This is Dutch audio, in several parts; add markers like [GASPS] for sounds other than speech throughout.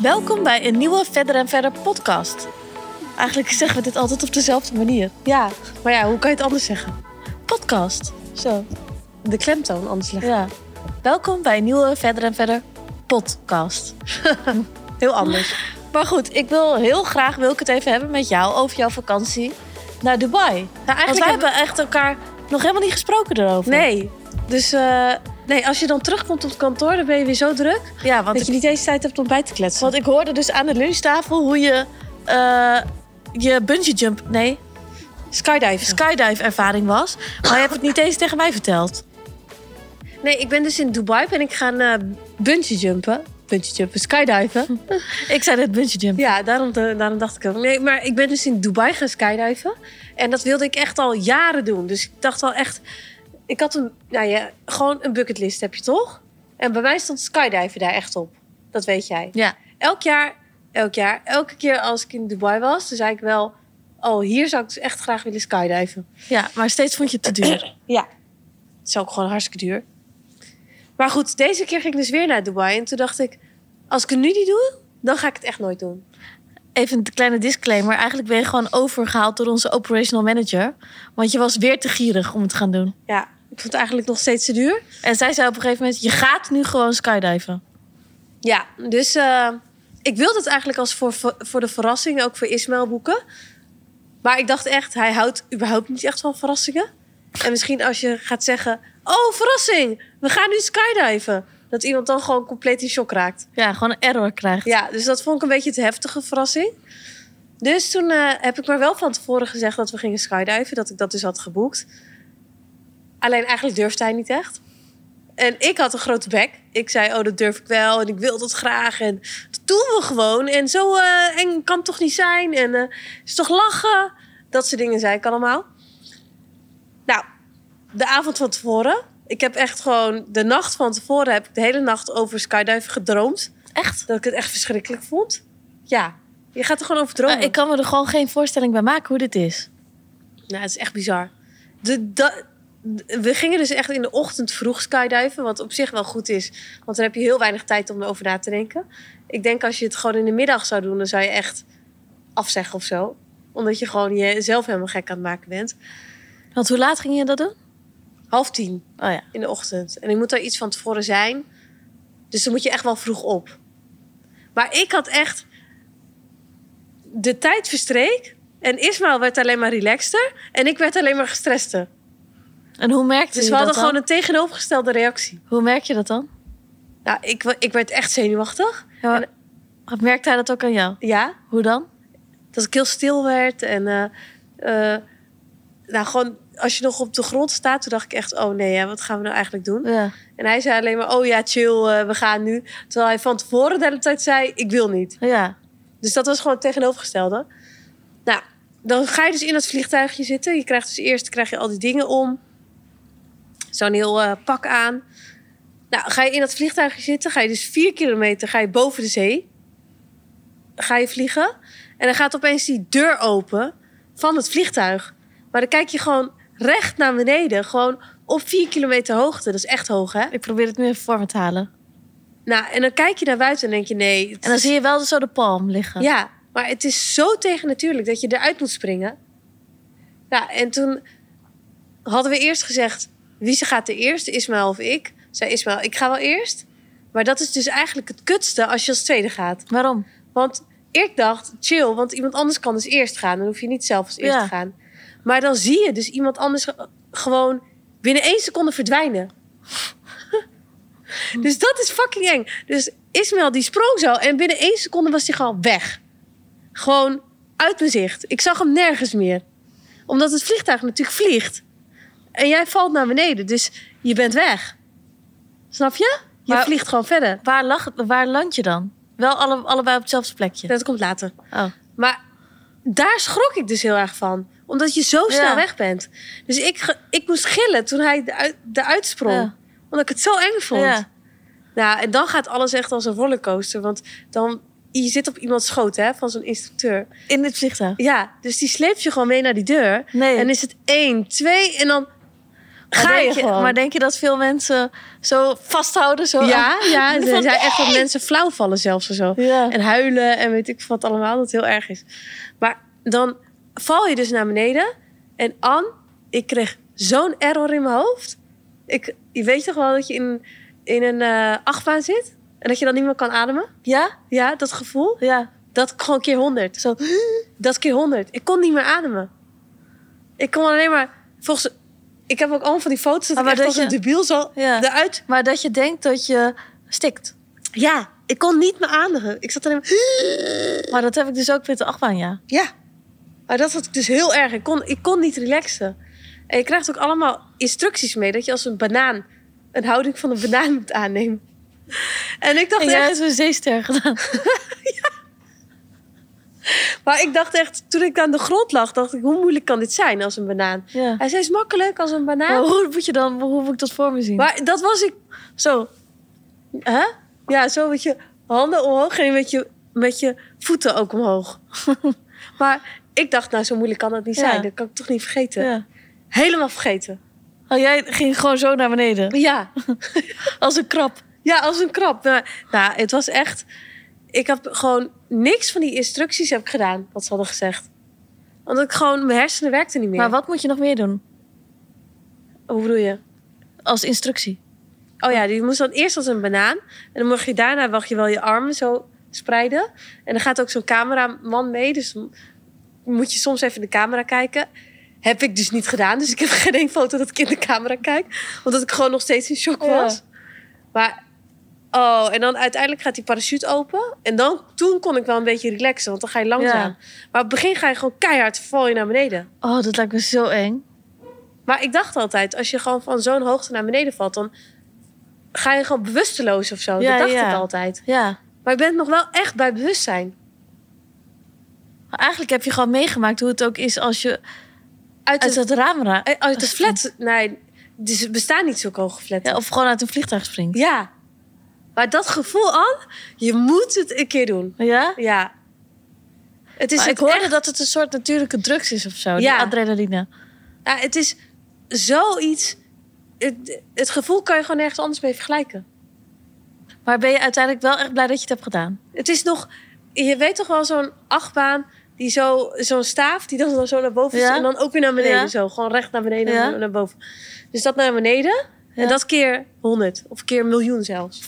Welkom bij een nieuwe Verder en Verder podcast. Eigenlijk zeggen we dit altijd op dezelfde manier. Ja, Maar ja, hoe kan je het anders zeggen? podcast. Zo, De klemtoon anders leggen. ja. Welkom bij een nieuwe Verder en Verder podcast. [LAUGHS] Heel anders. Maar goed, ik wil heel graag wil ik het even hebben met jou over jouw vakantie naar Dubai. Nou, Want eigenlijk wij hebben hebben echt elkaar nog helemaal niet gesproken erover. Nee. Dus eh, nee, als je dan terugkomt op het kantoor, dan ben je weer zo druk... Ja, want dat je niet eens tijd hebt om bij te kletsen. Want ik hoorde dus aan de lunchtafel hoe je eh, je bungee jump, nee, Skydiven. skydive ervaring was. Maar je hebt het niet eens tegen mij verteld. nee, ik ben dus in Dubai ben ik gaan eh bungee jumpen. Bungee jumpen, skydiven. Ik zei net bungee jump. ja, daarom, eh, daarom dacht ik ook. Nee, maar ik ben dus in Dubai gaan skydiven. En dat wilde ik echt al jaren doen. Dus ik dacht al echt... Ik had een... Nou ja, gewoon een bucketlist heb je toch? En bij mij stond skydiven daar echt op. Dat weet jij. Ja. elk jaar, elk jaar, elke keer als ik in Dubai was, toen zei ik wel, oh, hier zou ik dus echt graag willen skydiven. ja, maar steeds vond je het te duur. Ja. Het is ook gewoon hartstikke duur. Maar goed, deze keer ging ik dus weer naar Dubai en toen dacht ik, als ik het nu niet doe, dan ga ik het echt nooit doen. Even een kleine disclaimer. Eigenlijk ben je gewoon overgehaald door onze operational manager. Want je was weer te gierig om het te gaan doen. Ja, ik vond het eigenlijk nog steeds te duur. En zij zei op een gegeven moment, je gaat nu gewoon skydiven. Ja, dus eh, ik wilde het eigenlijk als voor, voor de verrassing, ook voor Ismail boeken. Maar ik dacht echt, hij houdt überhaupt niet echt van verrassingen. En misschien als je gaat zeggen, oh verrassing, we gaan nu skydiven. Dat iemand dan gewoon compleet in shock raakt. Ja, gewoon een error krijgt. Ja, dus dat vond ik een beetje te heftige verrassing. Dus toen eh, heb ik maar wel van tevoren gezegd dat we gingen skydiven. Dat ik dat dus had geboekt. Alleen eigenlijk durfde hij niet echt. En ik had een grote bek. Ik zei, oh, dat durf ik wel en ik wil dat graag. En dat doen we gewoon. En zo eh, eng kan het toch niet zijn. En eh is toch lachen. Dat soort dingen zei ik allemaal. Nou, de avond van tevoren. Ik heb echt gewoon de nacht van tevoren... heb ik de hele nacht over skydiven gedroomd. Echt? Dat ik het echt verschrikkelijk vond. Ja, je gaat er gewoon over dromen. Maar ik kan me er gewoon geen voorstelling bij maken hoe dit is. Nou, het is echt bizar. De, da- de- we gingen dus echt in de ochtend vroeg skydiven. Wat op zich wel goed is. Want dan heb je heel weinig tijd om erover na te denken. Ik denk als je het gewoon in de middag zou doen, dan zou je echt afzeggen of zo. Omdat je gewoon jezelf helemaal gek aan het maken bent. Want hoe laat ging je dat doen? Half tien Oh ja. in de ochtend. En ik moet daar iets van tevoren zijn. Dus dan moet je echt wel vroeg op. Maar ik had echt... De tijd verstreek. En Ismael werd alleen maar relaxter. En ik werd alleen maar gestrester. En hoe merkte Dus je we dat hadden dan? gewoon een tegenovergestelde reactie. Hoe merk je dat dan? Nou, ik, wa- ik werd echt zenuwachtig. Ja, maar- Merkte hij dat ook aan jou? Ja, Hoe dan? dat ik heel stil werd. En eh, eh, nou, gewoon als je nog op de grond staat, toen dacht ik echt... oh nee, ja, wat gaan we nou eigenlijk doen? Ja. En hij zei alleen maar, oh ja, chill, eh, we gaan nu. Terwijl hij van tevoren de hele tijd zei, ik wil niet. ja. Dus dat was gewoon het tegenovergestelde. Nou, dan ga je dus in dat vliegtuigje zitten. Je krijgt dus eerst krijg je al die dingen om. Zo'n heel eh, pak aan. Nou, ga je in dat vliegtuigje zitten, ga je dus vier kilometer ga je boven de zee. Ga je vliegen. En dan gaat opeens die deur open van het vliegtuig. Maar dan kijk je gewoon recht naar beneden. Gewoon op vier kilometer hoogte. Dat is echt hoog, hè? Ik probeer het nu even voor me te halen. Nou, en dan kijk je naar buiten en denk je, nee. het En dan is- zie je wel zo de palm liggen. Ja, maar het is zo tegennatuurlijk dat je eruit moet springen. Ja, en toen hadden we eerst gezegd... wie ze gaat er eerst, Ismaël of ik? Zei Ismaël, ik ga wel eerst. Maar dat is dus eigenlijk het kutste als je als tweede gaat. Waarom? Want ik dacht, chill, want iemand anders kan dus eerst gaan. Dan hoef je niet zelf als eerst Ja. te gaan. Maar dan zie je dus iemand anders ge- gewoon binnen één seconde verdwijnen. [LAUGHS] dus dat is fucking eng. Dus Ismael die sprong zo en binnen één seconde was hij gewoon weg. Gewoon uit mijn zicht. Ik zag hem nergens meer. Omdat het vliegtuig natuurlijk vliegt. En jij valt naar beneden, dus je bent weg. Snap je? Je Maar- vliegt gewoon verder. Waar, lag, waar land je dan? Wel alle, allebei op hetzelfde plekje. Dat komt later. Oh. Maar daar schrok ik dus heel erg van. Omdat je zo snel Ja. weg bent. Dus ik, ge- ik moest gillen toen hij eruit- eruit sprong. Ja. Omdat ik het zo eng vond. Ja. Nou, en dan gaat alles echt als een rollercoaster. Want dan, je zit op iemands schoot hè, van zo'n instructeur. In het vliegtuig. Ja, dus die sleept je gewoon mee naar die deur. Nee. En is het één, twee en dan... Maar Ga je denk gewoon. Maar denk je dat veel mensen zo vasthouden? Zo Ja, ja. Er Van, zijn echt [LAUGHS] dat mensen flauw vallen zelfs en zo. Ja. En huilen en weet ik wat allemaal, dat het heel erg is. Maar dan val je dus naar beneden. En An, ik kreeg zo'n error in mijn hoofd. Ik, je weet toch wel dat je in, in een eh, achtbaan zit? En dat je dan niet meer kan ademen? Ja? Ja, dat gevoel. Ja. Dat gewoon keer honderd. Zo, [GASPS] dat keer honderd. Ik kon niet meer ademen. Ik kon alleen maar... Volgens, ik heb ook allemaal van die foto's dat Ah, ik maar echt als dat een je- debiel zo Ja. eruit Maar dat je denkt dat je stikt. ja, ik kon niet meer aandagen. Ik zat alleen maar... Maar dat heb ik dus ook met de achtbaan, ja. Ja. Maar dat had ik dus heel erg. Ik kon, ik kon niet relaxen. En je krijgt ook allemaal instructies mee. Dat je als een banaan... Een houding van een banaan moet aannemen. En ik dacht En jij echt... hebt een zeester gedaan. Maar ik dacht echt... Toen ik aan de grond lag, dacht ik... Hoe moeilijk kan dit zijn als een banaan? Ja. Oh. Hij zei, is makkelijk als een Maar banaan. hoe moet je dan, hoe moet ik dat voor me zien? Maar dat was ik... Zo. Hè? Ja, zo met je handen omhoog en met je, met je voeten ook omhoog. [LAUGHS] maar ik dacht, nou, zo moeilijk kan dat niet Ja. zijn. Dat kan ik toch niet vergeten. Ja. Helemaal vergeten. Oh, jij ging gewoon zo naar beneden. Ja, Als een krab. ja als een krab. Maar, nou, het was echt... Ik heb gewoon niks van die instructies heb ik gedaan, wat ze hadden gezegd. Want ik gewoon, mijn hersenen werkten niet meer. Maar wat moet je nog meer doen? Hoe bedoel je? Als instructie. Oh ja, die moest dan eerst als een banaan. En dan mocht je daarna mag je wel je armen zo spreiden. En dan gaat ook zo'n cameraman mee. Dus dan moet je soms even in de camera kijken. Heb ik dus niet gedaan. Dus ik heb [LAUGHS] geen één foto dat ik in de camera kijk. Want dat ik gewoon nog steeds in shock Ja. was. Maar, oh, en dan uiteindelijk gaat die parachute open. En dan, toen kon ik wel een beetje relaxen. Want dan ga je langzaam. Maar op het begin ga je gewoon keihard, val je naar beneden. Oh, dat lijkt me zo eng. Maar ik dacht altijd, als je gewoon van zo'n hoogte naar beneden valt, dan ga je gewoon bewusteloos of zo. Ja, dat dacht ja. ik altijd. Ja. Maar je bent nog wel echt bij bewustzijn. Maar eigenlijk heb je gewoon meegemaakt hoe het ook is als je Uit, uit de, het raam raakt. uit, de flat. Nee, dus er bestaan niet zulke hoge flats. Ja, Ja. of gewoon uit een vliegtuig springt. Maar dat gevoel aan, je moet het een keer doen. Ja? Ja. Het is, Maar ik het, hoorde echt- dat het een soort natuurlijke drugs is of zo. die Ja. adrenaline. ja, het is zoiets. Het, het gevoel kan je gewoon nergens anders mee vergelijken. Maar ben je uiteindelijk wel echt blij dat je het hebt gedaan? Het is nog, je weet toch wel zo'n achtbaan, die zo, zo'n staaf die dan zo naar boven is Ja. en dan ook weer naar beneden Ja. zo. Gewoon recht naar beneden Ja. en naar boven. Dus dat naar beneden Ja. en dat keer honderd of keer een miljoen zelfs.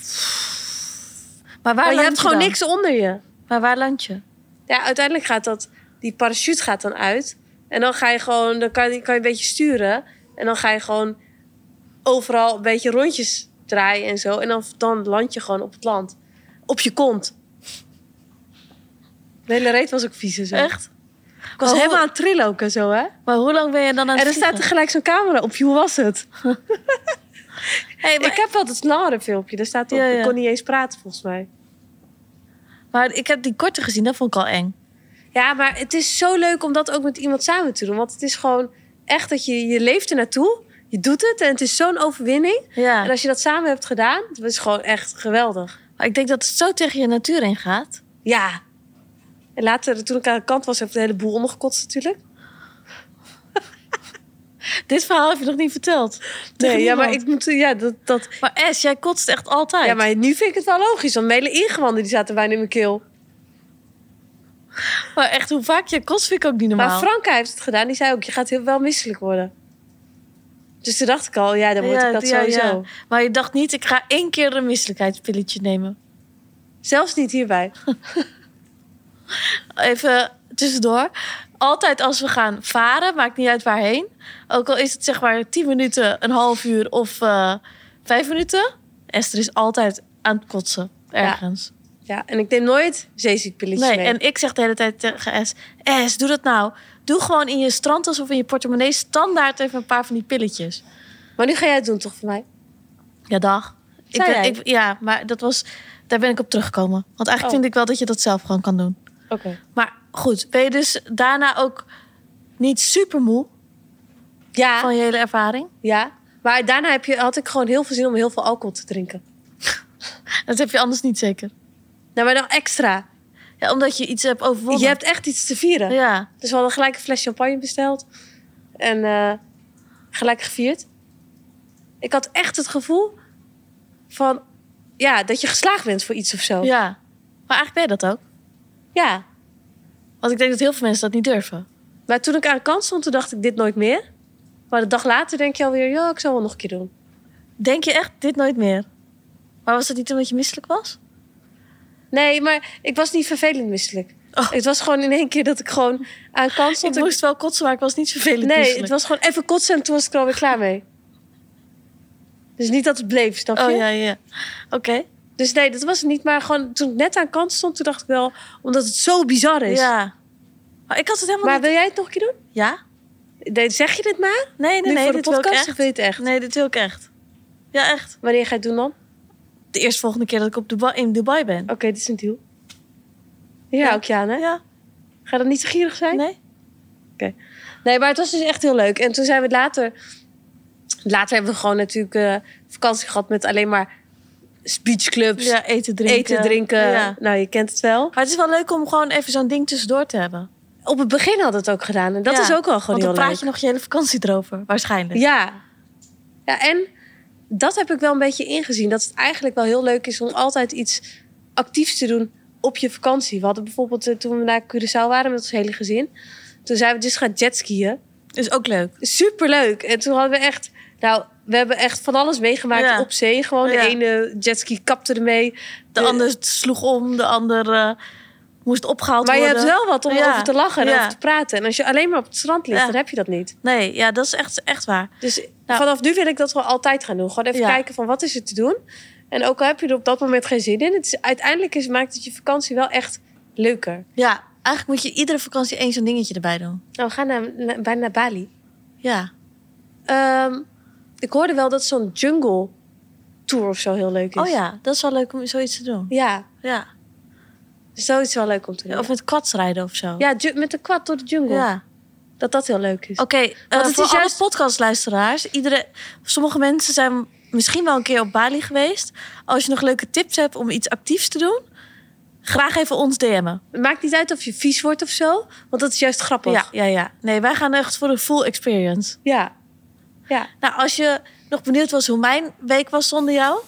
Maar waar maar land je hebt gewoon dan? niks onder je. Maar waar land je? Ja, uiteindelijk gaat dat, die parachute gaat dan uit en dan ga je gewoon, dan kan, je- kan je een beetje sturen en dan ga je gewoon overal een beetje rondjes draaien en zo en dan, dan land je gewoon op het land. Op je kont. De hele reet was ook vies en zo. Echt? Ik Maar was helemaal hoe- aan het trillen ook en zo, hè? Maar hoe lang ben je dan aan het En dan staat er vliegen? gelijk zo'n camera op je. Hoe was het? Hey, maar, Ik heb wel dat langere filmpje. Daar staat op. Ja, ja. Ik kon niet eens praten, volgens mij. maar ik heb die korte gezien, dat vond ik al eng. Ja, maar het is zo leuk om dat ook met iemand samen te doen. Want het is gewoon echt dat je... Je leeft er naartoe. Je doet het. En het is zo'n overwinning. Ja. En als je dat samen hebt gedaan... Dat is gewoon echt geweldig. Maar ik denk dat het zo tegen je natuur heen gaat. Ja. En later, toen ik aan de kant was... heb ik de hele boel ondergekotst natuurlijk. Dit verhaal heb je nog niet verteld. Tegen Nee, ja, maar niemand. ik moet... Ja, dat... dat Maar S, jij kotst echt altijd. ja, maar nu vind ik het wel logisch. Want mijn hele ingewanden die zaten bijna in mijn keel. Maar echt, hoe vaak je kotst vind ik ook niet normaal. Maar Franka heeft het gedaan. Die zei ook, je gaat heel wel misselijk worden. Dus toen dacht ik al, ja, dan word Ja, ik dat ja, sowieso. ja. Maar je dacht niet, ik ga één keer een misselijkheidspilletje nemen. Zelfs niet hierbij. Even tussendoor. Altijd als we gaan varen, maakt niet uit waarheen. Ook al is het zeg maar 10 minuten, een half uur of eh vijf minuten. Esther is altijd aan het kotsen. Ergens. Ja, en ik neem nooit zeeziekpilletjes nee, mee. en ik zeg de hele tijd tegen S: S, doe dat nou. Doe gewoon in je strandtas of in je portemonnee standaard even een paar van die pilletjes. Maar nu ga jij het doen toch voor mij? Ja, dag. Ik Zei ben, jij? ik, ja, maar dat was, daar ben ik op teruggekomen. Want eigenlijk Oh. vind ik wel dat je dat zelf gewoon kan doen. Oké. Maar goed, ben je dus daarna ook niet super moe Ja, van je hele ervaring? ja. Maar daarna heb je, had ik gewoon heel veel zin om heel veel alcohol te drinken. Dat heb je anders niet zeker. Nou, maar dan extra. Ja, omdat je iets hebt overwonnen. Je hebt echt iets te vieren. Ja, Dus we hadden gelijk een fles champagne besteld. En eh, gelijk gevierd. Ik had echt het gevoel van, ja, dat je geslaagd bent voor iets of zo. Ja. Ja. Maar eigenlijk ben je dat ook. Want ik denk dat heel veel mensen dat niet durven. Maar toen ik aan de kant stond, toen dacht ik dit nooit meer. Maar de dag later denk je alweer, ja, ik zal wel nog een keer doen. Denk je echt dit nooit meer? Maar was dat niet omdat je misselijk was? Nee, maar ik was niet vervelend misselijk. Oh. Het was gewoon in één keer dat ik gewoon aan de kant stond. ik moest wel kotsen, maar ik was niet vervelend nee, misselijk. het was gewoon even kotsen en toen was ik er alweer klaar mee. Dus niet dat het bleef, snap je? Oh ja, ja. Oké. Dus nee, dat was het niet. Maar gewoon toen ik net aan de kant stond, toen dacht ik wel... Omdat het zo bizar is. Ja. Maar ik had het helemaal Maar niet... wil jij het nog een keer doen? Ja? Nee, zeg je dit maar? Nee, nee, nu nee. voor de dit wil ik podcast echt. of wil je het echt? Nee, dit wil ik echt. Ja, echt. Wanneer ga je het doen dan? De eerstvolgende keer dat ik op Dubai, in Dubai ben. Oké, dit is een deal. Ja. Ja, ook ja, hè? Ja? Ga dan niet te gierig zijn? Nee? Nee, maar het was dus echt heel leuk. En toen zijn we later... Later hebben we gewoon natuurlijk eh, vakantie gehad met alleen maar beachclubs. Ja, eten, drinken. Eten, drinken. Ja. Nou, je kent het wel. Maar het is wel leuk om gewoon even zo'n ding tussendoor te hebben. Op het begin had het ook gedaan. En dat Ja, is ook wel gewoon Want dan heel praat leuk. je nog je hele vakantie erover, waarschijnlijk. Ja. Ja, en dat heb ik wel een beetje ingezien. Dat het eigenlijk wel heel leuk is om altijd iets actiefs te doen op je vakantie. We hadden bijvoorbeeld eh, toen we naar Curaçao waren met ons hele gezin. Toen zijn we dus gaan jetskiën. Is ook leuk. Superleuk. En toen hadden we echt... Nou, we hebben echt van alles meegemaakt Ja. op zee. Gewoon de Ja. ene jetski kapte ermee. De De- ander sloeg om, de ander eh, moest opgehaald Maar je worden. hebt wel wat om Ja. over te lachen en Ja. over te praten. En als je alleen maar op het strand ligt, Ja. dan heb je dat niet. Nee, ja, dat is echt, echt waar. Dus Nou. vanaf nu wil ik dat wel altijd gaan doen. Gewoon even Ja. kijken van wat is er te doen. En ook al heb je er op dat moment geen zin in. Het is, uiteindelijk is, maakt het je vakantie wel echt leuker. Ja, eigenlijk moet je iedere vakantie één zo'n dingetje erbij doen. Nou, we gaan naar, naar, bijna naar Bali. Ja. Ehm, ik hoorde wel dat zo'n jungle tour of zo heel leuk is. Oh ja, dat is wel leuk om zoiets te doen. Ja, Ja. zoiets wel leuk om te doen. Of met kwads rijden of zo. Ja, ju- met de quad door de jungle. Ja. Dat dat heel leuk is. Oké, eh, Want het voor is alle juist- podcastluisteraars. Iedere... Sommige mensen zijn misschien wel een keer op Bali geweest. Als je nog leuke tips hebt om iets actiefs te doen... graag even ons DM'en. Het maakt niet uit of je vies wordt of zo. Want dat is juist grappig. Ja, ja, ja. Nee, wij gaan echt voor de full experience. Ja. Ja. Nou, als je nog benieuwd was hoe mijn week was zonder jou...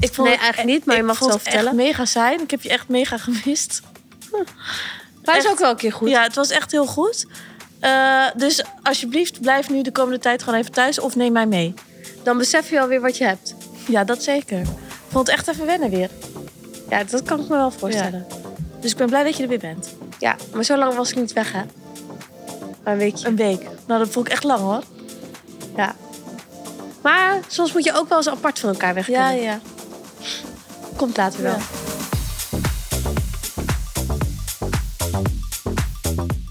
Ik vond Nee, het- eigenlijk niet, maar je ik mag het vond wel vertellen. echt mega saai. Ik heb je echt mega gemist. Maar dat is Echt. ook wel een keer goed. Ja, het was echt heel goed. Eh, dus alsjeblieft, blijf nu de komende tijd gewoon even thuis of neem mij mee. Dan besef je alweer wat je hebt. Ja, dat zeker. Ik vond het echt even wennen weer. Ja, dat kan ik me wel voorstellen. Dus ik ben blij dat je er weer bent. Ja, maar zo lang was ik niet weg, hè? Maar een weekje. Een week. Nou, dat vond ik echt lang hoor. Ja. Maar soms moet je ook wel eens apart van elkaar weg kunnen. Ja, ja. Komt later wel. Ja.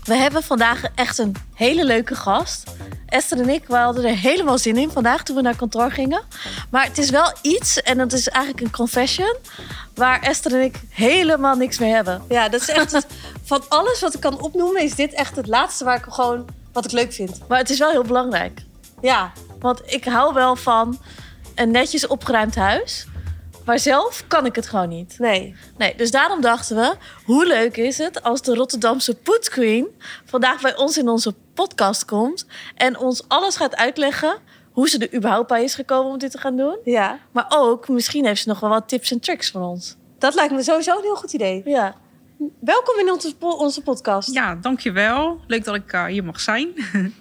We hebben vandaag echt een hele leuke gast. Esther en ik, we hadden er helemaal zin in vandaag toen we naar kantoor gingen. Maar het is wel iets, en dat is eigenlijk een confession, waar Esther en ik helemaal niks mee hebben. Ja, dat is echt het- [LAUGHS] van alles wat ik kan opnoemen, is dit echt het laatste waar ik gewoon wat ik leuk vind. Maar het is wel heel belangrijk. Ja. Want ik hou wel van een netjes opgeruimd huis. Maar zelf kan ik het gewoon niet. Nee. Nee, dus daarom dachten we, hoe leuk is het als de Rotterdamse Poet Queen vandaag bij ons in onze podcast komt en ons alles gaat uitleggen hoe ze er überhaupt bij is gekomen om dit te gaan doen. Ja. Maar ook, misschien heeft ze nog wel wat tips en tricks voor ons. Dat lijkt me sowieso een heel goed idee. Ja. Welkom in onze, po- onze podcast. Ja, dankjewel. Leuk dat ik eh, hier mag zijn.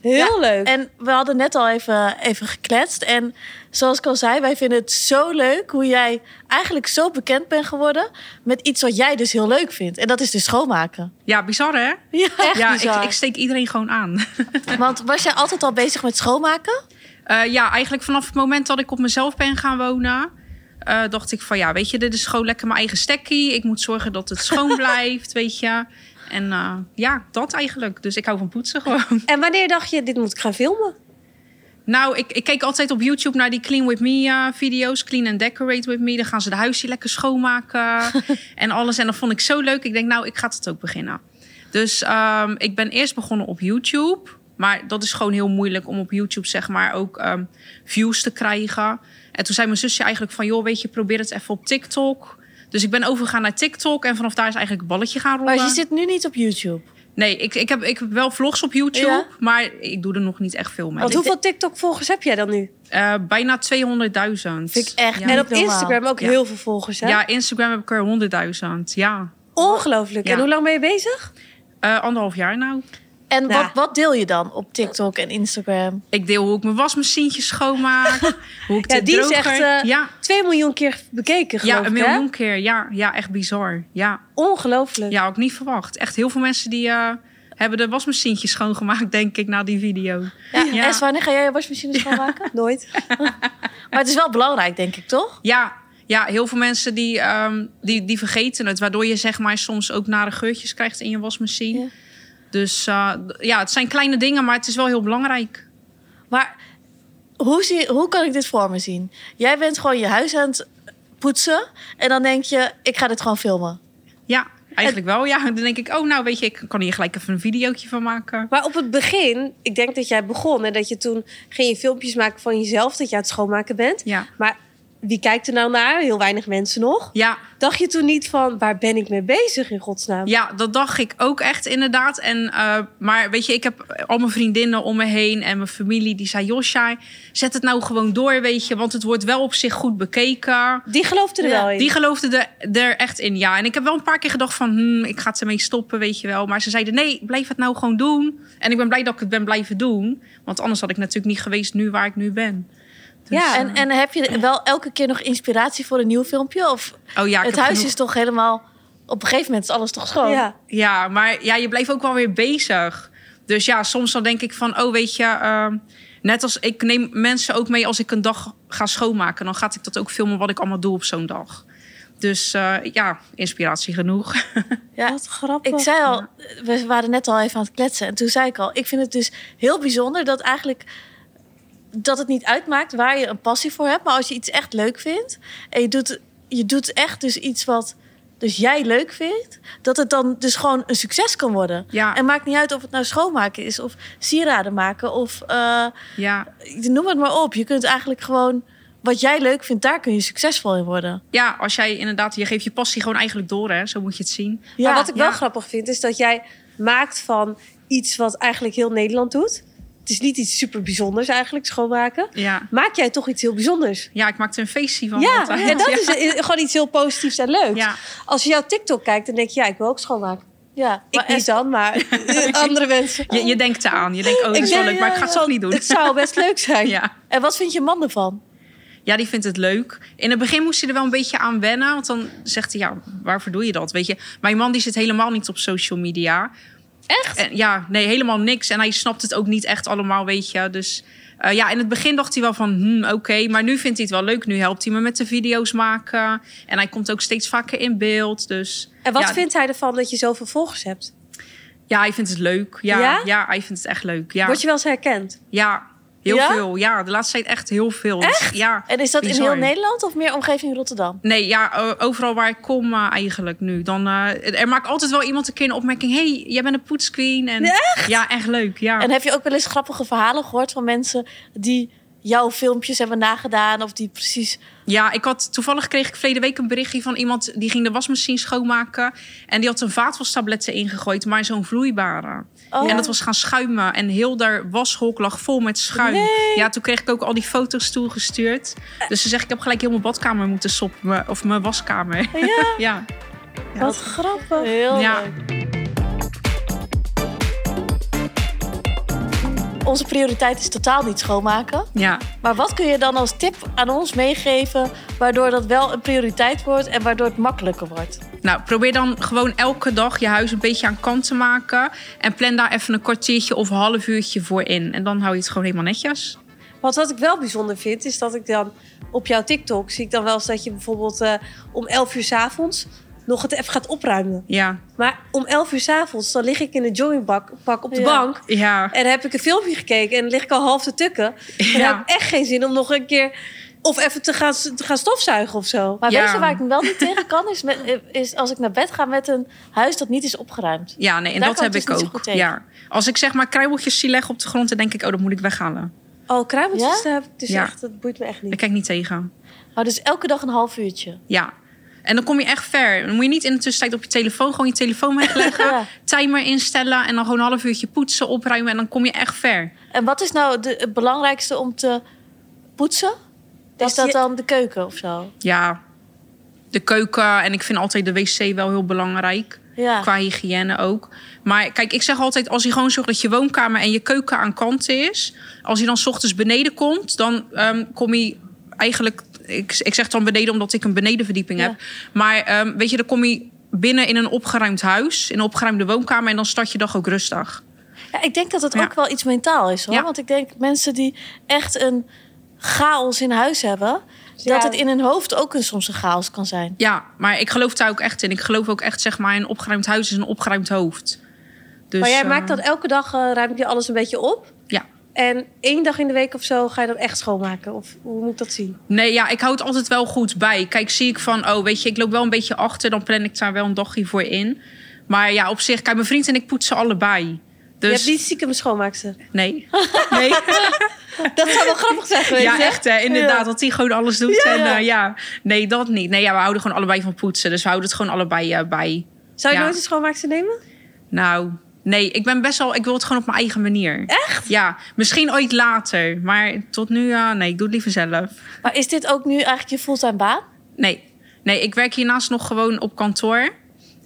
Heel leuk. En we hadden net al even, even gekletst. En zoals ik al zei, wij vinden het zo leuk hoe jij eigenlijk zo bekend bent geworden met iets wat jij dus heel leuk vindt. En dat is dus schoonmaken. Ja, bizar hè? Ja, ja, bizar. Ik, ik steek iedereen gewoon aan. [LAUGHS] Want was jij altijd al bezig met schoonmaken? Eh, ja, eigenlijk vanaf het moment dat ik op mezelf ben gaan wonen, eh, dacht ik van ja, weet je, dit is gewoon lekker mijn eigen stekkie. Ik moet zorgen dat het schoon blijft, weet je. En eh, ja, dat eigenlijk. Dus ik hou van poetsen gewoon. En wanneer dacht je, dit moet ik gaan filmen? Nou, ik, ik keek altijd op YouTube naar die Clean With Me eh, video's. Clean and Decorate With Me. Dan gaan ze de huisje lekker schoonmaken en alles. En dat vond ik zo leuk. Ik denk, nou, ik ga het ook beginnen. Dus ehm, ik ben eerst begonnen op YouTube. Maar dat is gewoon heel moeilijk om op YouTube, zeg maar, ook ehm, views te krijgen. En toen zei mijn zusje eigenlijk van, joh, weet je, probeer het even op TikTok. Dus ik ben overgegaan naar TikTok en vanaf daar is eigenlijk het balletje gaan rollen. Maar je zit nu niet op YouTube. Nee, ik, ik, heb, ik heb wel vlogs op YouTube, Ja? maar ik doe er nog niet echt veel mee. Want hoeveel TikTok-volgers heb jij dan nu? Eh, bijna 200.000. Vind ik echt ja. niet en op normaal. Instagram ook Ja. heel veel volgers, hè? Ja, Instagram heb ik er 100.000. Ja, Ongelooflijk. Ja. En hoe lang ben je bezig? Eh, anderhalf jaar nou. En Ja. wat, wat deel je dan op TikTok en Instagram? Ik deel hoe ik mijn [LAUGHS] wasmachientje schoonmaak. hoe ik Ja, de die is droger... echt, eh, ja, 2 miljoen keer bekeken, geloof ja, een ik, hè? miljoen keer. Ja, ja, echt bizar. Ja, Ongelooflijk. ja, had ik niet verwacht. Echt heel veel mensen die eh, hebben de wasmachientje schoongemaakt, denk ik, na die video. Ja, Ja. Es, [LAUGHS] wanneer ga jij je wasmachine schoonmaken? Nooit. Maar het is wel belangrijk, denk ik, toch? Ja, ja heel veel mensen die, ehm, die, die vergeten het. Waardoor je zeg maar, soms ook nare geurtjes krijgt in je wasmachine. Ja. Dus eh, d- ja, het zijn kleine dingen, maar het is wel heel belangrijk. Maar hoe, zie, hoe kan ik dit voor me zien? Jij bent gewoon je huis aan het poetsen en dan denk je, ik ga dit gewoon filmen. Ja, eigenlijk wel. Ja, dan denk ik, oh nou weet je, ik kan hier gelijk even een videootje van maken. Maar op het begin, ik denk dat jij begon en dat je toen ging je filmpjes maken van jezelf dat je aan het schoonmaken bent. Ja, Maar wie kijkt er nou naar? Heel weinig mensen nog. ja, Dacht je toen niet van waar ben ik mee bezig in godsnaam? ja dat dacht ik ook echt inderdaad. En, eh, maar weet je, ik heb al mijn vriendinnen om me heen en mijn familie die zei... Josja, zet het nou gewoon door, weet je, want het wordt wel op zich goed bekeken. Die geloofde er Ja, wel in. Die geloofde er, er echt in, ja. En ik heb wel een paar keer gedacht van, hmm, ik ga het ermee stoppen, weet je wel. Maar ze zeiden, nee, blijf het nou gewoon doen. En ik ben blij dat ik het ben blijven doen. Want anders had ik natuurlijk niet geweest nu waar ik nu ben. Dus, Ja, En, en heb je wel elke keer nog inspiratie voor een nieuw filmpje? Of oh ja, ik het heb huis genoeg- is toch helemaal... Op een gegeven moment is alles toch schoon? ja. Ja, maar ja, je blijft ook wel weer bezig. Dus ja, soms dan denk ik van, oh weet je... ehm, net als ik neem mensen ook mee als ik een dag ga schoonmaken. Dan ga ik dat ook filmen wat ik allemaal doe op zo'n dag. Dus eh, ja, inspiratie genoeg. [LAUGHS] Ja, Wat grappig. Ik zei al, we waren net al even aan het kletsen. En toen zei ik al, ik vind het dus heel bijzonder dat eigenlijk dat het niet uitmaakt waar je een passie voor hebt. Maar als je iets echt leuk vindt en je doet, je doet echt dus iets wat dus jij leuk vindt, dat het dan dus gewoon een succes kan worden. Ja, En maakt niet uit of het nou schoonmaken is of sieraden maken of eh, ja. noem het maar op. Je kunt eigenlijk gewoon wat jij leuk vindt, daar kun je succesvol in worden. Ja, als jij inderdaad, je geeft je passie gewoon eigenlijk door, hè? Zo moet je het zien. Ja, maar wat ik wel ja. grappig vind is dat jij maakt van iets wat eigenlijk heel Nederland doet. Het is niet iets super bijzonders eigenlijk, schoonmaken. Ja, Maak jij toch iets heel bijzonders? ja ik maak er een feestje van. ja, altijd. [LAUGHS] en dat is eh, gewoon iets heel positiefs en leuks. Ja, Als je jouw TikTok kijkt, dan denk je, ja, ik wil ook schoonmaken. ja, Ik maar niet dan, [LAUGHS] maar eh, andere mensen. je, je denkt eraan. Je denkt, oh, dat is Ik wel denk, leuk, maar ik ga ja, het toch niet doen. [LAUGHS] Het zou best leuk zijn. Ja. en wat vind je man ervan? ja, die vindt het leuk. In het begin moest hij er wel een beetje aan wennen. Want dan zegt hij, ja, waarvoor doe je dat? Weet je, mijn man die zit helemaal niet op social media. Echt? En, ja, nee, helemaal niks. En hij snapt het ook niet echt allemaal, weet je. Dus eh, ja, in het begin dacht hij wel van, hmm, oké. maar nu vindt hij het wel leuk. Nu helpt hij me met de video's maken. En hij komt ook steeds vaker in beeld. Dus En wat Ja. vindt hij ervan dat je zoveel volgers hebt? Ja, hij vindt het leuk. Ja, Ja? ja? hij vindt het echt leuk. Ja, Word je wel eens herkend? ja heel Ja? veel. Ja, de laatste tijd echt heel veel. Dus ja. En is dat in Bizar. heel Nederland of meer omgeving Rotterdam? Nee, ja, o- overal waar ik kom eh, eigenlijk nu. Dan, eh, er maakt altijd wel iemand een keer een opmerking. hey, jij bent een poetsqueen. En, echt? Ja, echt leuk. Ja. En heb je ook wel eens grappige verhalen gehoord van mensen die jouw filmpjes hebben nagedaan of die precies. ja, ik had toevallig kreeg ik verleden week een berichtje van iemand die ging de wasmachine schoonmaken. En die had een vaatwastablet erin gegooid, maar zo'n vloeibare. Oh, En dat was gaan schuimen. En heel daar washok lag vol met schuim. Ja, toen kreeg ik ook al die foto's toegestuurd. Dus ze zegt, ik heb gelijk heel mijn badkamer moeten soppen. mijn- Of mijn waskamer. [LAUGHS] Ja. ja. Wat grappig. heel Ja. leuk. Onze prioriteit is totaal niet schoonmaken. ja. Maar wat kun je dan als tip aan ons meegeven waardoor dat wel een prioriteit wordt en waardoor het makkelijker wordt? Nou, probeer dan gewoon elke dag je huis een beetje aan kant te maken. En plan daar even een kwartiertje of een half uurtje voor in. En dan hou je het gewoon helemaal netjes. Want wat ik wel bijzonder vind, is dat ik dan op jouw TikTok zie ik dan wel eens dat je bijvoorbeeld eh, om 11 uur 's avonds nog het even gaat opruimen. Ja. Maar om 11 uur 's avonds, dan lig ik in een joggingbak pak op de Ja. bank. Ja. En heb ik een filmpje gekeken en dan lig ik al half te tukken. Dan Ja. heb ik echt geen zin om nog een keer of even te gaan, te gaan stofzuigen of zo. Maar Ja. weet je waar ik wel niet tegen kan? Is, met, is als ik naar bed ga met een huis dat niet is opgeruimd. Ja, nee, en Daar dat kan heb het ik dus niet zo ook. goed tegen. Ja. Als ik zeg maar kruimeltjes zie leggen op de grond, dan denk ik, oh, dat moet ik weghalen. Oh, kruimeltjes Ja? daar heb ik dus Ja. echt, dat boeit me echt niet. Nou, Ik kijk niet tegen. Maar dus elke dag een half uurtje. Ja. En dan kom je echt ver. Dan moet je niet in de tussentijd op je telefoon gewoon je telefoon [LAUGHS] wegleggen. Ja. Timer instellen en dan gewoon een half uurtje poetsen, opruimen. En dan kom je echt ver. En wat is nou de, het belangrijkste om te poetsen? Dat is dat je- dan de keuken of zo? Ja, de keuken. En ik vind altijd de wc wel heel belangrijk. Ja. Qua hygiëne ook. Maar kijk, ik zeg altijd, als je gewoon zorgt dat je woonkamer en je keuken aan kant is. Als je dan 's ochtends beneden komt, dan ehm, kom je eigenlijk... Ik, ik zeg dan beneden omdat ik een benedenverdieping Ja. heb. Maar ehm, weet je, dan kom je binnen in een opgeruimd huis. In een opgeruimde woonkamer. En dan start je dag ook rustig. Ja, ik denk dat het Ja. ook wel iets mentaal is hoor. Ja. Want ik denk mensen die echt een chaos in huis hebben, Dus dat het in hun hoofd ook een, soms een chaos kan zijn. Ja, maar ik geloof daar ook echt in. Ik geloof ook echt, zeg maar, een opgeruimd huis is een opgeruimd hoofd. Dus, maar jij eh, maakt dat elke dag, eh, ruim je alles een beetje op. Ja. En één dag in de week of zo ga je dat echt schoonmaken? Of hoe moet ik dat zien? Nee, ja, ik houd het altijd wel goed bij. Kijk, zie ik van, oh, weet je, ik loop wel een beetje achter, dan plan ik daar wel een dagje voor in. Maar ja, op zich, kijk, mijn vriend en ik poetsen allebei. Je Dus hebt niet stiekem een schoonmaakster. [LAUGHS] nee. nee. Dat zou wel [LAUGHS] grappig zijn geweest, ja, hè? echt, hè, inderdaad, dat hij gewoon alles doet. Ja, en ja. eh, ja, nee, dat niet. Nee, ja, we houden gewoon allebei van poetsen, dus we houden het gewoon allebei eh, bij. Zou je Ja. nooit een schoonmaakster nemen? Nou, nee, ik ben best wel, ik wil het gewoon op mijn eigen manier. Echt? Ja, misschien ooit later, maar tot nu, ja, nee, ik doe het liever zelf. Maar is dit ook nu eigenlijk je fulltime baan? Nee. Nee, ik werk hiernaast nog gewoon op kantoor.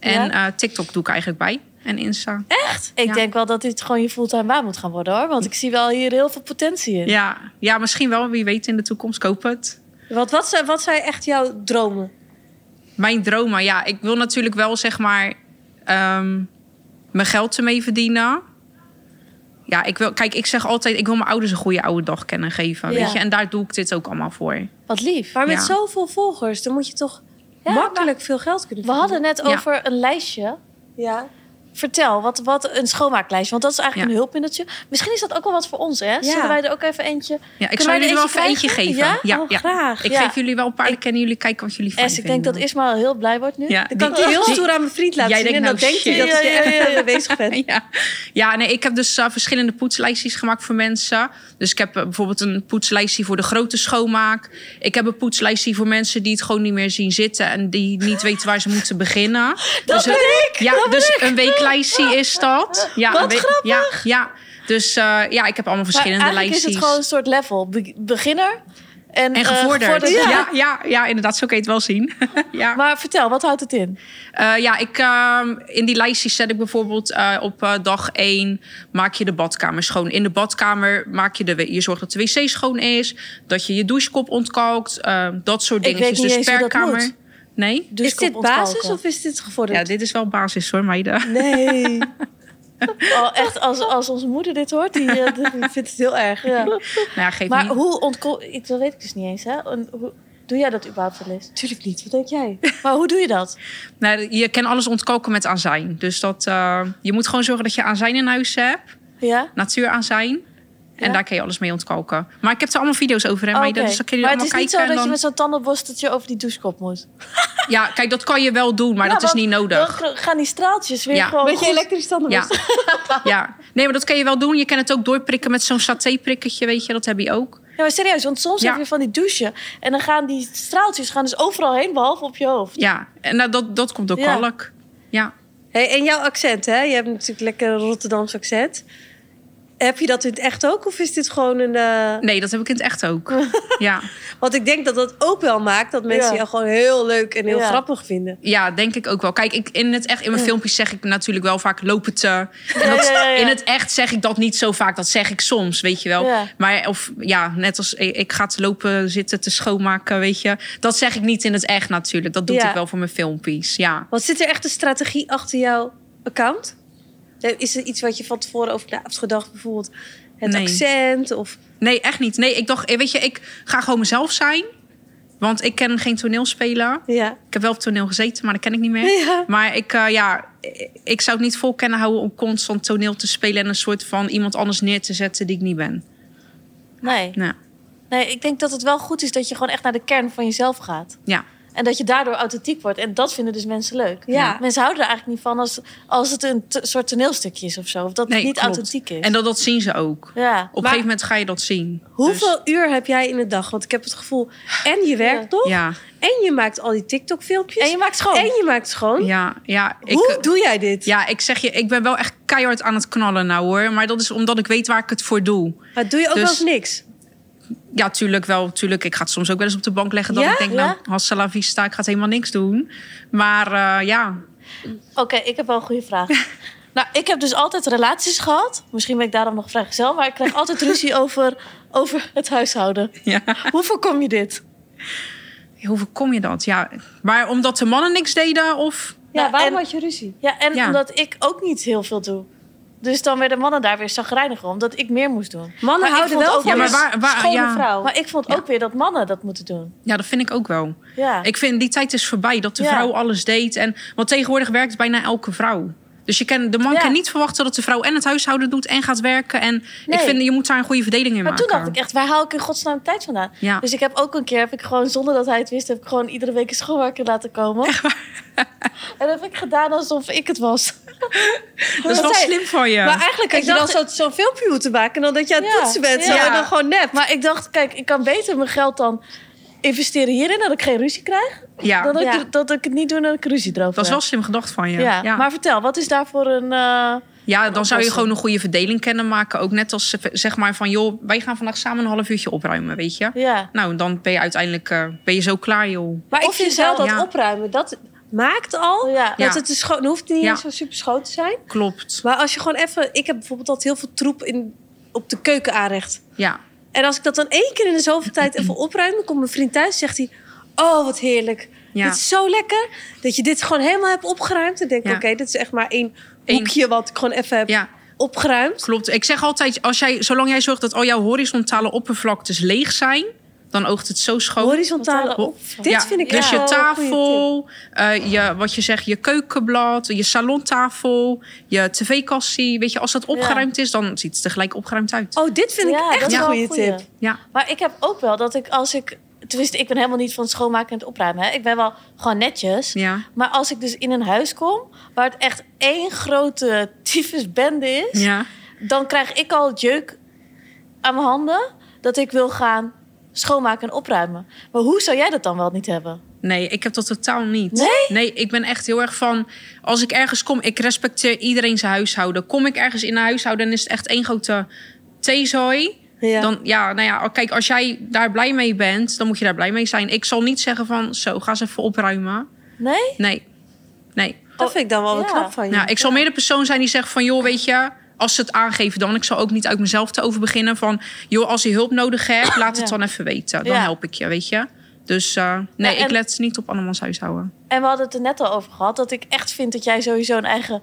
En Ja. eh, TikTok doe ik eigenlijk bij. En Insta. Echt? Ik Ja. denk wel dat dit gewoon je fulltime baan moet gaan worden hoor. Want ik zie wel hier heel veel potentie in. Ja. ja, misschien wel. Wie weet in de toekomst. Koop het. Want wat zijn, wat zijn echt jouw dromen? Mijn dromen. Ja, ik wil natuurlijk wel zeg maar... ehm, mijn geld ermee verdienen. Ja, ik wil... Kijk, ik zeg altijd... Ik wil mijn ouders een goede oude dag kennen geven. Ja. Weet je? En daar doe ik dit ook allemaal voor. Wat lief. Maar met Ja. zoveel volgers, dan moet je toch Ja, makkelijk veel geld kunnen We hadden net Ja. over een lijstje. Ja. Vertel, wat, wat een schoonmaaklijstje. Want dat is eigenlijk Ja. een hulpmiddeltje. Misschien is dat ook wel wat voor ons, hè? Zullen wij er ook even eentje... Ja, ik Kunnen zou wij jullie er wel eentje even eentje krijgen? geven. Ja? ja, Oh, graag. Ik Ja. geef jullie wel een paar keer en jullie kijken wat jullie fijn Es, ik denk dat vinden. Ismael heel blij wordt nu. Ja, Dan kan ik je heel stoer aan mijn vriend laten Jij zien. En denkt dan nou, denkt hij shit. dat ik Ja, ja, er ja, echt ja. mee [LAUGHS] bezig ben. [LAUGHS] Ja. ja, nee, ik heb dus eh, verschillende poetslijstjes gemaakt voor mensen. Dus ik heb eh, bijvoorbeeld een poetslijstje voor de grote schoonmaak. Ik heb een poetslijstje voor mensen die het gewoon niet meer zien zitten en die niet weten waar ze moeten beginnen. [LAUGHS] Dat ben een, ik! Ja, dus een weeklijstje [LAUGHS] is dat. Ja, Wat een week- Ja, ja. Dus eh, ja, ik heb allemaal Maar verschillende eigenlijk lijstjes. is het gewoon een soort level. Be- beginner en, En eh, gevorderd. ja. ja. Ja, ja, inderdaad, zo kun je het wel zien. [LAUGHS] ja. Maar vertel, wat houdt het in? Eh, ja, ik, ehm, in die lijstjes zet ik bijvoorbeeld eh, op eh, dag 1 maak je de badkamer schoon. In de badkamer maak je de, w- je zorgt dat de wc schoon is, dat je je douchekop ontkalkt, eh, dat soort Ik weet dingetjes. niet dus eens per hoe dat kamer. moet. Nee? Dus is dit basis of is dit Ja, gevorderd? dit is wel basis [LAUGHS] hoor, meiden. Nee, Oh, echt, als, als onze moeder dit hoort, die... eh, die- ik vind het heel erg. ja. Nou ja, geef Maar niet. hoe ontkom... Ik, dat weet ik dus niet eens, hè? En hoe- doe jij dat überhaupt wel eens? Tuurlijk niet, wat denk jij? Maar hoe doe je dat? Nou, je kan alles ontkalken met azijn. Dus dat, eh, je moet gewoon zorgen dat je azijn in huis hebt, Ja? natuurazijn. En Ja. daar kun je alles mee ontkalken. Maar ik heb er allemaal video's over, hè, Oh, meiden. oké. Dus dan kun je Maar het allemaal is niet zo kijken. dat en je met dan... zo'n tandenborsteltje over die douchekop moet. Ja, kijk, dat kan je wel doen, maar Ja, dat is want niet nodig. Dan gaan die straaltjes weer Ja. gewoon Beetje Oh, goed- elektrisch tanden. Ja. [LAUGHS] ja. Nee, maar dat kan je wel doen. Je kan het ook doorprikken met zo'n satéprikketje, weet je. Dat heb je ook. Ja, maar serieus, want soms Ja. heb je van die douchen... en dan gaan die straaltjes gaan dus overal heen, behalve op je hoofd. Ja, en nou, dat, dat komt door Ja. kalk. Ja. Hey, en jouw accent, hè? Je hebt natuurlijk lekker een Rotterdams accent. Heb je dat in het echt ook? Of is dit gewoon een... eh, Nee, dat heb ik in het [LAUGHS] echt ook. Ja, Want ik denk dat dat ook wel maakt dat mensen Ja. jou gewoon heel leuk en heel Ja. grappig vinden. ja denk ik ook wel. Kijk, ik, in het echt, in mijn filmpjes zeg ik natuurlijk wel vaak lopen te. En Ja, dat, ja, ja, ja. In het echt zeg ik dat niet zo vaak. Dat zeg ik soms, weet je wel. Ja. Maar of ja, net als ik, ik ga te lopen zitten te schoonmaken, weet je. Dat zeg ik niet in het echt natuurlijk. Dat doe Ja. ik wel voor mijn filmpjes. Ja. Wat zit er echt een strategie achter jouw account? Eh, Is er iets wat je van tevoren over na hebt gedacht? Bijvoorbeeld het Nee. accent of... Nee, echt niet. Nee, ik dacht, eh, weet je, ik ga gewoon mezelf zijn. Want ik ken geen toneelspeler. Ja. Ik heb wel op toneel gezeten, maar dat ken ik niet meer. [LAUGHS] Ja. Maar ik, eh, ja, eh, ik zou het niet vol kennen houden om constant toneel te spelen... en een soort van iemand anders neer te zetten die ik niet ben. Nee. Nou, nee, ik denk dat het wel goed is dat je gewoon echt naar de kern van jezelf gaat. ja. En En dat je daardoor authentiek wordt. En dat vinden dus mensen leuk. Ja. Mensen houden er eigenlijk niet van als, als het een t- soort toneelstukje is of zo. Of dat Nee, het niet klopt. authentiek is. En dat, dat zien ze ook. Op ja. een gegeven moment ga je dat zien. Hoeveel uur heb jij in de dag? Want ik heb het gevoel, en je werkt nog, Dus, ja, en je maakt al die TikTok-filmpjes, En je maakt schoon. en je maakt schoon. ja, ja. Ik, eh, Hoe doe jij dit? ja, ik zeg je, ik ben wel echt keihard aan het knallen nou hoor. Maar dat is omdat ik weet waar ik het voor doe. Maar doe je ook Dus- wel eens niks? Ja, tuurlijk wel. Tuurlijk. Ik ga het soms ook wel eens op de bank leggen. Dat Ja? ik denk, nou, hasta la vista, ik ga het helemaal niks doen. Maar [LAUGHS] eh, ja, Oké, ik heb wel een goede [LAUGHS] vraag. nou, ik heb dus altijd relaties gehad. Misschien ben ik daarom nog vrijgezel. Maar ik krijg altijd ruzie over, over het huishouden. ja. [LAUGHS] Hoe voorkom je dit? Hoe voorkom je dat? Ja, maar omdat de mannen niks deden of... Ja, Nou, waarom en- had je ruzie? Ja, en Ja. omdat ik ook niet heel veel doe. Dus dan werden mannen daar weer zagrijnig om. Dat ik meer moest doen. Maar Mannen ik houden vond wel ook van wel een eens- waar, waar- schone ja, vrouw. Maar ik vond ook weer dat mannen dat moeten doen. ja, dat vind ik ook wel. Ja. Ik vind die tijd is voorbij dat de Ja. vrouw alles deed. En want tegenwoordig werkt bijna elke vrouw. Dus je kan, de man Ja. kan niet verwachten dat de vrouw en het huishouden doet en gaat werken. En Nee. ik vind, je moet daar een goede verdeling in maar maken. toen dacht ik echt, waar haal ik in godsnaam tijd vandaan? Ja. Dus ik heb ook een keer, heb ik gewoon zonder dat hij het wist, heb ik gewoon iedere week een schoonmaker laten komen. [LAUGHS] en dat heb ik gedaan alsof ik het was. dat [LAUGHS] is wel zei- slim van je. Maar eigenlijk had Ik je dan dacht- zo- zo'n filmpje moeten maken... dan dat je aan het Ja. poetsen bent zo, Ja. en dan gewoon nep. Maar ik dacht, kijk, ik kan beter mijn geld dan investeren hierin... dat ik geen ruzie krijg, ja, dan dat, Ja. ik, dat ik het niet doe en dat ik ruzie erover dat is wel heb. slim gedacht van je. ja. Ja. Maar vertel, wat is daarvoor een... eh, Ja, dan zou je oplossing. gewoon een goede verdeling kunnen maken. Ook net als eh, zeg maar van, joh, wij gaan vandaag samen een half uurtje opruimen, weet je. ja. Nou, dan ben je uiteindelijk eh, ben je zo klaar, joh. Maar ik Of je vind wel zou- dat ja. opruimen, dat maakt al... Ja. Dat Ja. het is schoon, hoeft niet Ja. eens zo super schoon te zijn. Klopt. Maar als je gewoon even... Ik heb bijvoorbeeld altijd heel veel troep in, op de keuken aanrecht. Ja. En als ik dat dan één keer in de zoveel tijd even opruim... dan komt mijn vriend thuis en zegt hij... Oh, wat heerlijk. Ja. Dit is zo lekker. Dat je dit gewoon helemaal hebt opgeruimd. En denk ik, Ja. oké, dit is echt maar één Eén. hoekje... wat ik gewoon even heb ja, opgeruimd. klopt. Ik zeg altijd, als jij, zolang jij zorgt dat al jouw horizontale oppervlaktes leeg zijn, dan oogt het zo schoon. Horizontale Horizontale op. Dit Ja, vind ik Dus wel je een goeie tafel, eh, je, wat je zegt, je keukenblad, je salontafel, je tv-kassie. Weet je, als dat opgeruimd is, dan ziet het er gelijk opgeruimd uit. tip. Oh, dit vind Ja, ik dat echt is een wel goede een goeie. tip. Ja, Maar ik heb ook wel dat ik als ik... Tenminste, ik ben helemaal niet van het schoonmaken en het opruimen. Hè. Ik ben wel gewoon netjes. ja, Maar als ik dus in een huis kom waar het echt één grote tyfusbende is... ja. dan krijg ik al het jeuk aan mijn handen... dat ik wil gaan schoonmaken en opruimen. Maar hoe zou jij dat dan wel niet hebben? Nee, ik heb dat totaal niet. Nee? ik ben echt heel erg van... Als ik ergens kom, ik respecteer iedereen zijn huishouden. Kom ik ergens in een huishouden en is het echt één grote theezooi... Ja. Dan, ja, nou ja, kijk, als jij daar blij mee bent, dan moet je daar blij mee zijn. Ik zal niet zeggen van, zo, ga eens even opruimen. Nee? Nee, nee. Dat vind ik dan wel Ja. knap van je. Nou, ik zal meer de persoon zijn die zegt van, joh, weet je, als ze het aangeven dan. Ik zal ook niet uit mezelf te over beginnen van, joh, als je hulp nodig hebt, laat het Ja. dan even weten. Dan Ja. help ik je, weet je. Dus eh, nee, Ja, en- ik let niet op andermans huishouden. En we hadden het er net al over gehad... dat ik echt vind dat jij sowieso een eigen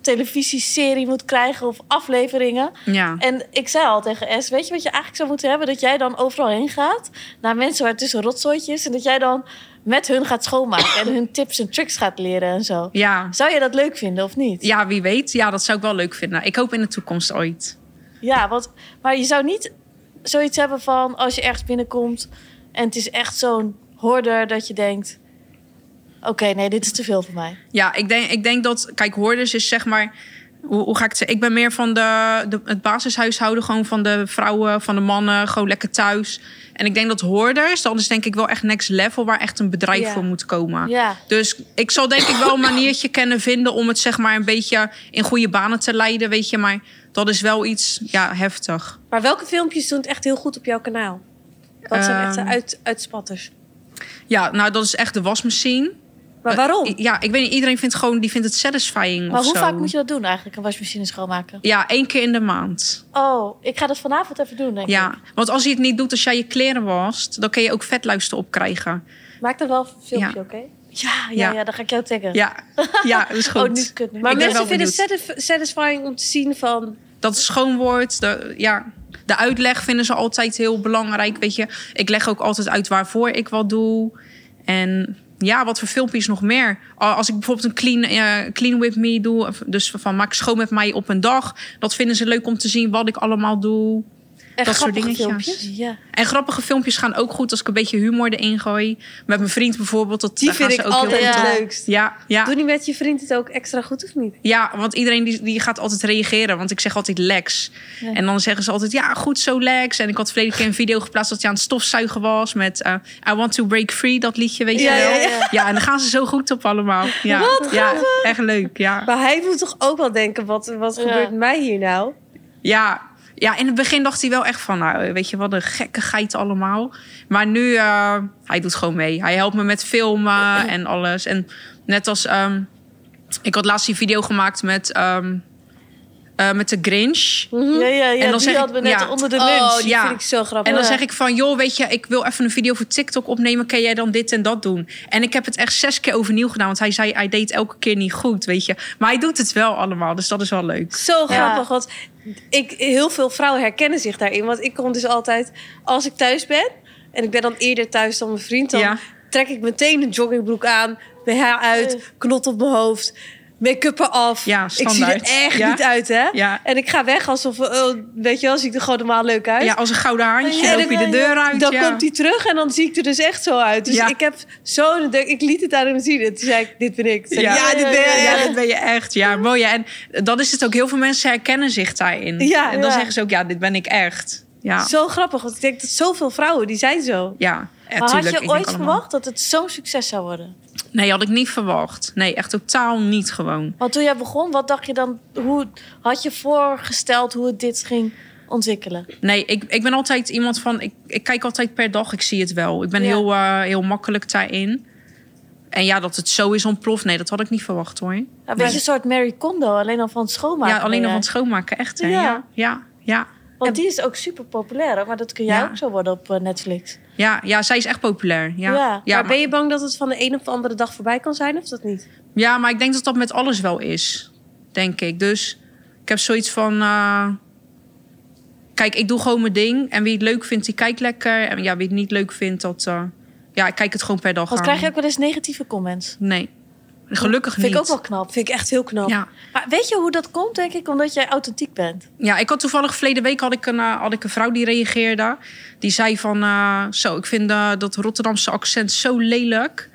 televisieserie moet krijgen... of afleveringen... Ja. En ik zei al tegen S, weet je wat je eigenlijk zou moeten hebben? Dat jij dan overal heen gaat, naar mensen waar tussen rotzooitje is... en dat jij dan met hun gaat schoonmaken en hun tips en tricks gaat leren en zo. Ja. Zou je dat leuk vinden of niet? ja, wie weet. Ja, dat zou ik wel leuk vinden. Ik hoop in de toekomst ooit. Ja, want, maar je zou niet zoiets hebben van als je ergens binnenkomt... en het is echt zo'n hoorder dat je denkt... oké, nee, dit is te veel voor mij. Ja, ik denk, ik denk dat... Kijk, hoorders is zeg maar... Hoe, hoe ga ik het zeggen? Ik ben meer van de, de, het basishuishouden. Gewoon van de vrouwen, van de mannen. Gewoon lekker thuis. En ik denk dat hoorders... Dan is denk ik wel echt next level... waar echt een bedrijf Ja. voor moet komen. Ja, Dus ik zal denk ik wel een maniertje kennen vinden... om het zeg maar een beetje in goede banen te leiden. Weet je, maar dat is wel iets ja, heftig. Maar welke filmpjes doen het echt heel goed op jouw kanaal? Wat zijn echt Ehm. de uit, uitspatters? Ja, nou dat is echt de wasmachine. Maar Eh, waarom? Ja, ik weet niet. Iedereen vindt gewoon, die vindt het satisfying maar of hoe zo. vaak moet je dat doen eigenlijk, een wasmachine schoonmaken? Ja, één keer in de maand. Oh, ik ga dat vanavond even doen, denk ik. Ja, want als je het niet doet als jij je kleren wast, dan kun je ook vetluister opkrijgen. Maak er wel een filmpje, Ja. oké? Ja, ja, Ja. ja, dan ga ik jou taggen. [LAUGHS] Ja, ja dat is goed. Oh, niet kut. Maar Ik ben mensen wel vinden het satisf- satisfying om te zien van... Dat het schoon wordt. De, ja, de uitleg vinden ze altijd heel belangrijk. Weet je, ik leg ook altijd uit waarvoor ik wat doe. En ja, wat voor filmpjes nog meer. Al- Als ik bijvoorbeeld een clean, eh, clean with me doe, of dus van maak schoon met mij op een dag. Dat vinden ze leuk om te zien wat ik allemaal doe. En dat soort grappige dingetjes. filmpjes. Ja. En grappige filmpjes gaan ook goed als ik een beetje humor erin gooi. Met mijn vriend bijvoorbeeld. Dat, Die daar gaan vind ik ze ook heel altijd heel het goed. leukst. Ja, ja, Doe niet met je vriend het ook extra goed of niet? ja, want iedereen die, die gaat altijd reageren. Want ik zeg altijd Lex. Ja. En dan zeggen ze altijd, ja, goed zo Lex. En ik had verleden keer een video geplaatst dat hij aan het stofzuigen was. Met eh, I Want To Break Free, dat liedje, weet Ja, je wel. ja, ja. en dan gaan ze zo goed op allemaal. Ja, ja echt leuk, ja. Maar hij moet toch ook wel denken, wat, wat Ja. gebeurt mij hier nou? Ja. Ja, in het begin dacht hij wel echt van, nou, weet je, wat een gekkigheid allemaal. Maar nu, eh, hij doet gewoon mee. Hij helpt me met filmen en alles. En net als, ehm, ik had laatst die video gemaakt met, ehm, eh, met de Grinch. Ja, ja, ja. Mhm. En dan die zeg hadden we ik- net ja. onder de lunch. Oh, die ja. vind ik zo grappig. En dan Ja. zeg ik van, joh, weet je, ik wil even een video voor TikTok opnemen. Kan jij dan dit en dat doen? En ik heb het echt zes keer overnieuw gedaan. Want hij zei, hij deed elke keer niet goed, weet je. Maar hij doet het wel allemaal, dus dat is wel leuk. Zo Ja. grappig, want ik, heel veel vrouwen herkennen zich daarin. Want ik kom dus altijd, als ik thuis ben... en ik ben dan eerder thuis dan mijn vriend... dan Ja. trek ik meteen een joggingbroek aan, BH Eh. uit, knot op mijn hoofd... Make-up eraf. Ja, ik zie er standaard. echt Ja. niet uit, hè? Ja. En ik ga weg alsof, oh, weet je wel, zie ik er gewoon normaal leuk uit. Ja, als een gouden haantje En loop je dan- de deur uit. Dan ja. komt hij terug en dan zie ik er dus echt zo uit. Dus Ja. ik heb zo'n... denk- Ik liet het aan hem zien en toen zei ik, dit ben ik. Toen zei Ja, hij, ja, dit ben ja, je, ja, ja. dit ben je echt. Ja, mooi. hè. En dat is het ook. Heel veel mensen herkennen zich daarin. Ja, en dan ja. zeggen ze ook, ja, dit ben ik echt. Ja, Zo grappig, want ik denk dat zoveel vrouwen, die zijn zo. ja. Eh, maar tuurlijk, had ik je ooit denk allemaal- verwacht dat het zo'n succes zou worden? Nee, had ik niet verwacht. Nee, echt totaal niet gewoon. Want toen jij begon, wat dacht je dan? Hoe had je voorgesteld hoe het dit ging ontwikkelen? Nou, Nee, ik, ik ben altijd iemand van... Ik, ik kijk altijd per dag, ik zie het wel. Ik ben Ja. heel, eh, heel makkelijk daarin. En ja, dat het zo is ontploft. Nee, dat had ik niet verwacht hoor. Ja, Een beetje een soort Mary Kondo, alleen al van het schoonmaken. ja, alleen ben nog aan jij. het schoonmaken, echt. Hè? Ja. Ja, ja, ja. Want die is ook super populair, hè? maar dat kun jij Ja. ook zo worden op eh, Netflix. Ja, ja, zij is echt populair. Ja, Ja, ja, maar ben je bang dat het van de een op de andere dag voorbij kan zijn, of dat niet? Ja, maar ik denk dat dat met alles wel is. Denk ik. Dus ik heb zoiets van. eh, kijk, ik doe gewoon mijn ding. En wie het leuk vindt, die kijkt lekker. En ja, wie het niet leuk vindt, dat. eh, ja, ik kijk het gewoon per dag. Want aan. krijg je ook wel eens negatieve comments? Nee. Gelukkig Vind niet. ik ook wel knap. Vind ik echt heel knap. Ja. Maar weet je hoe dat komt, denk ik? Omdat jij authentiek bent. ja, ik had toevallig verleden week had ik een, eh, had ik een vrouw die reageerde. Die zei van, eh, zo, ik vind eh, dat Rotterdamse accent zo lelijk.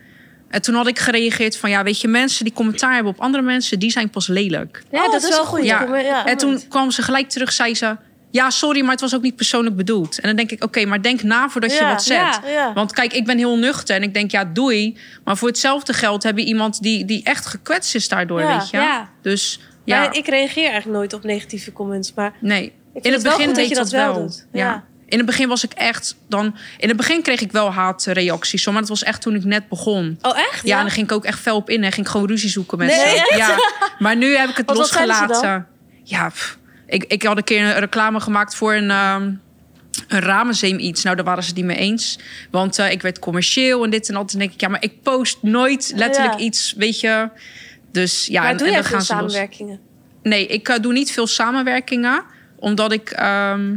En toen had ik gereageerd van, ja, weet je, mensen die commentaar hebben op andere mensen, die zijn pas lelijk. Ja, Oh, dat, is wel goed. Ja. Kom, eh, en toen kwam ze gelijk terug, zei ze... Ja, sorry, maar het was ook niet persoonlijk bedoeld. En dan denk ik, oké, maar denk na voordat je Ja, wat zet. ja, ja. Want kijk, ik ben heel nuchter en ik denk, ja, doei. Maar voor hetzelfde geld heb je iemand die, die echt gekwetst is daardoor, Ja, weet je. ja. Dus ja, Maar ik reageer eigenlijk nooit op negatieve comments, maar... nee. vind In het het wel begin goed dat deed je dat, dat wel wel. doet. Ja. Ja. In het begin was ik echt dan... In het begin kreeg ik wel haatreacties. hoor, Maar dat was echt toen ik net begon. Oh, echt? Ja, en dan ging ik ook echt fel op in. En ging ik gewoon ruzie zoeken met Nee, ze. Ja. Maar nu heb [LAUGHS] ik het Want wat zeiden ze losgelaten. Ja, pff. ik, ik had een keer een reclame gemaakt voor een, ehm een ramenzeem iets. Nou, daar waren ze het niet mee eens. Want eh, ik werd commercieel en dit en dat. En denk ik, ja, maar ik post nooit letterlijk Ja. iets, weet je. Dus ja, maar en, doe en jij dan veel gaan ze los. samenwerkingen? Nee, ik eh, doe niet veel samenwerkingen. Omdat ik... ehm,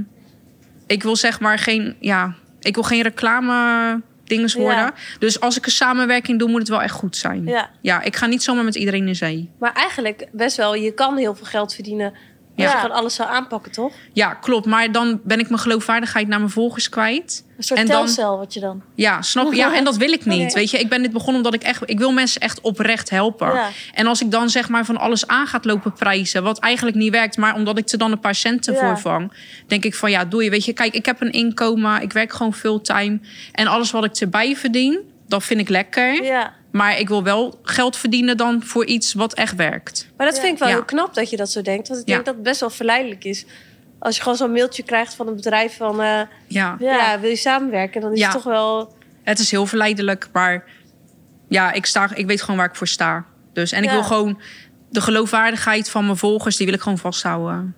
ik wil zeg maar geen... Ja, ik wil geen reclame dinges Ja. worden. Dus als ik een samenwerking doe, moet het wel echt goed zijn. Ja. ja, ik ga niet zomaar met iedereen in zee. Maar eigenlijk best wel, je kan heel veel geld verdienen... als Ja. je gewoon alles zou aanpakken, toch? Ja, klopt. Maar dan ben ik mijn geloofwaardigheid naar mijn volgers kwijt. Een soort En dan- telcel word je dan. Ja, snap je? Ja, en dat wil ik niet. Oké. Weet je, ik ben dit begonnen omdat ik echt... Ik wil mensen echt oprecht helpen. Ja. En als ik dan zeg maar van alles aan gaat lopen prijzen... wat eigenlijk niet werkt, maar omdat ik er dan een paar centen Ja. voor vang... denk ik van ja, doe je. Weet je, kijk, ik heb een inkomen. Ik werk gewoon fulltime. En alles wat ik erbij verdien, dat vind ik lekker. Ja. Maar ik wil wel geld verdienen dan voor iets wat echt werkt. Maar dat Ja. vind ik wel Ja. heel knap dat je dat zo denkt. Want ik Ja. denk dat het best wel verleidelijk is. Als je gewoon zo'n mailtje krijgt van een bedrijf van... eh, Ja. Ja. ja. wil je samenwerken? Dan is Ja. het toch wel... Het is heel verleidelijk, maar ja, ik, sta, ik weet gewoon waar ik voor sta. Dus, en ik Ja. wil gewoon de geloofwaardigheid van mijn volgers, die wil ik gewoon vasthouden.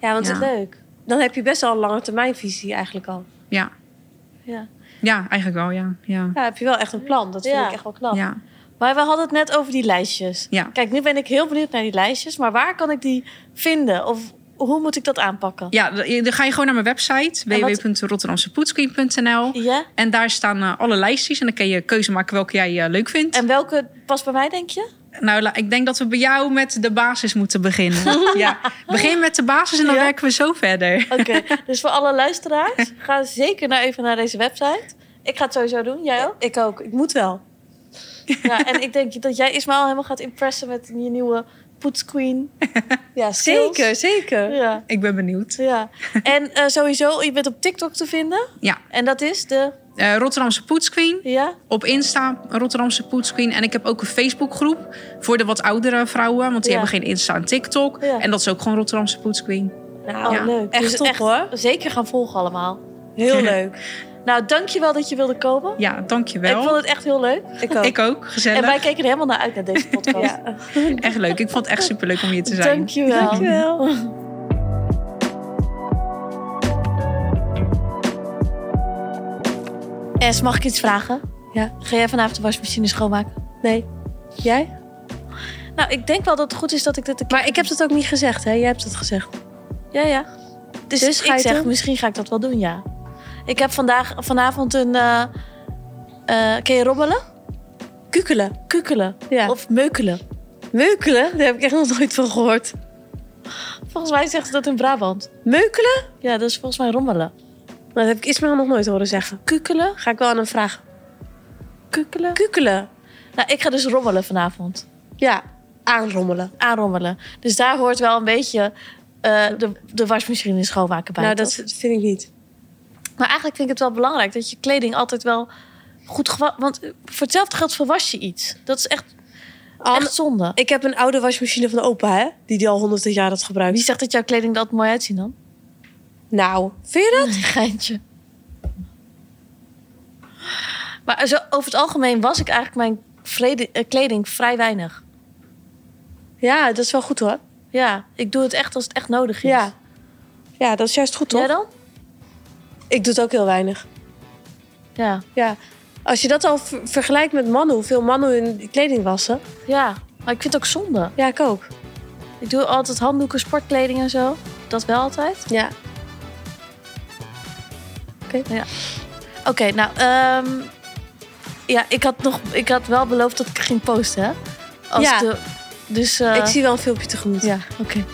Ja, want Ja. het- Leuk. dan heb je best wel een lange termijnvisie eigenlijk al. Ja, Ja. ja eigenlijk wel, ja. Ja, Ja, heb je wel echt een plan. Dat vind Ja. ik echt wel knap. ja. Maar we hadden het net over die lijstjes. Ja. Kijk, nu ben ik heel benieuwd naar die lijstjes. Maar waar kan ik die vinden? Of hoe moet ik dat aanpakken? ja d- dan ga je gewoon naar mijn website, En wat- www.rotterdamsepoetscreen.nl. Ja? En daar staan eh, alle lijstjes en dan kun je keuze maken welke jij eh, leuk vindt. En welke past bij mij, denk je? Nou, la- ik denk dat we bij jou met de basis moeten beginnen. [LAUGHS] ja. Begin met de basis en dan Ja. werken we zo verder. Oké, [LAUGHS] dus voor alle luisteraars, ga zeker nou even naar deze website. Ik ga het sowieso doen, [LAUGHS] jij ook? Ik ook. Ik moet wel. Ja, en ik denk dat jij Ismael helemaal gaat impressen met je nieuwe [LAUGHS] poetsqueen. Ja, sales. Zeker, zeker. Ja, Ik ben benieuwd. ja. En eh, sowieso, je bent op TikTok te vinden. Ja, En dat is de, Eh, Rotterdamse Poetsqueen. ja, Op Insta, Rotterdamse Poetsqueen. En ik heb ook een Facebookgroep voor de wat oudere vrouwen. Want die Ja. hebben geen Insta en TikTok. Ja. En dat is ook gewoon Rotterdamse Poetsqueen. Nou, oh, Ja. leuk. Echt Dus top, hoor. Zeker gaan volgen allemaal. heel leuk. Nou, dankjewel dat je wilde komen. Ja, Ik vond dankjewel. het echt heel leuk. Ik ook. Ik ook, En gezellig. wij keken er helemaal naar uit naar deze podcast. [LAUGHS] Ja. Echt leuk. Ik vond het echt superleuk om hier [LAUGHS] te zijn. Dankjewel. Dankjewel. Es, mag ik iets vragen? Ja. Ga jij vanavond de wasmachine schoonmaken? Nee. Jij? Nou, ik denk wel dat het goed is dat ik dit een keer- Maar ik heb dat ook niet gezegd, hè? Jij hebt dat gezegd. Ja, ja. Dus, Dus ga je ik het zeg, doen? misschien ga ik dat wel doen, ja. Ik heb vandaag, vanavond een... eh eh, ken je rommelen? Kukelen. Kukelen. Ja. Of meukelen. Meukelen? Daar heb ik echt nog nooit van gehoord. Volgens mij zeggen ze dat in Brabant. Meukelen? Ja, dat is volgens mij rommelen. Dat heb ik Ismael nog nooit horen zeggen. Kukelen? Ga ik wel aan hem vragen. Kukelen? Kukelen? Nou, ik ga dus rommelen vanavond. Ja. Aanrommelen. Aanrommelen. Dus daar hoort wel een beetje eh, de, de wasmachine en schoonmaken bij. nou, toch? dat vind ik niet. Maar eigenlijk vind ik het wel belangrijk dat je kleding altijd wel goed gewassen... Want eh, voor hetzelfde geld verwas je iets. Dat is echt, Anne, echt zonde. ik heb een oude wasmachine van opa, hè? Die die al 100 jaar had gebruikt. Wie zegt dat jouw kleding er altijd mooi uitziet [LAUGHS] dan? Nou, vind je dat? Een geintje. Maar zo, over het algemeen was ik eigenlijk mijn vrede- eh, kleding vrij weinig. Ja, dat is wel goed hoor. Ja, ik doe het echt als het echt nodig is. Ja. Ja, dat is juist goed toch? Jij dan? Ik doe het ook heel weinig. Ja. Ja. Als je dat al ver- vergelijkt met mannen, hoeveel mannen hun kleding wassen. Ja, maar ik vind het ook zonde. Ja, ik ook. Ik doe altijd handdoeken, sportkleding en zo. Dat wel altijd. Ja. Oké, nou, ehm, ja, ik had, nog, ik had wel beloofd dat ik ging posten, hè? Als Ja. de- dus, eh, Ik zie wel een filmpje tegemoet. Ja, oké.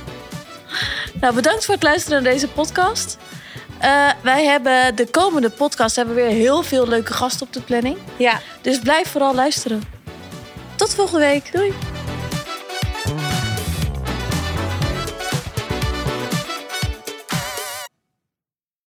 Nou, bedankt voor het luisteren naar deze podcast. Eh, wij hebben de komende podcast hebben weer heel veel leuke gasten op de planning. ja. Dus blijf vooral luisteren. Tot volgende week. Doei.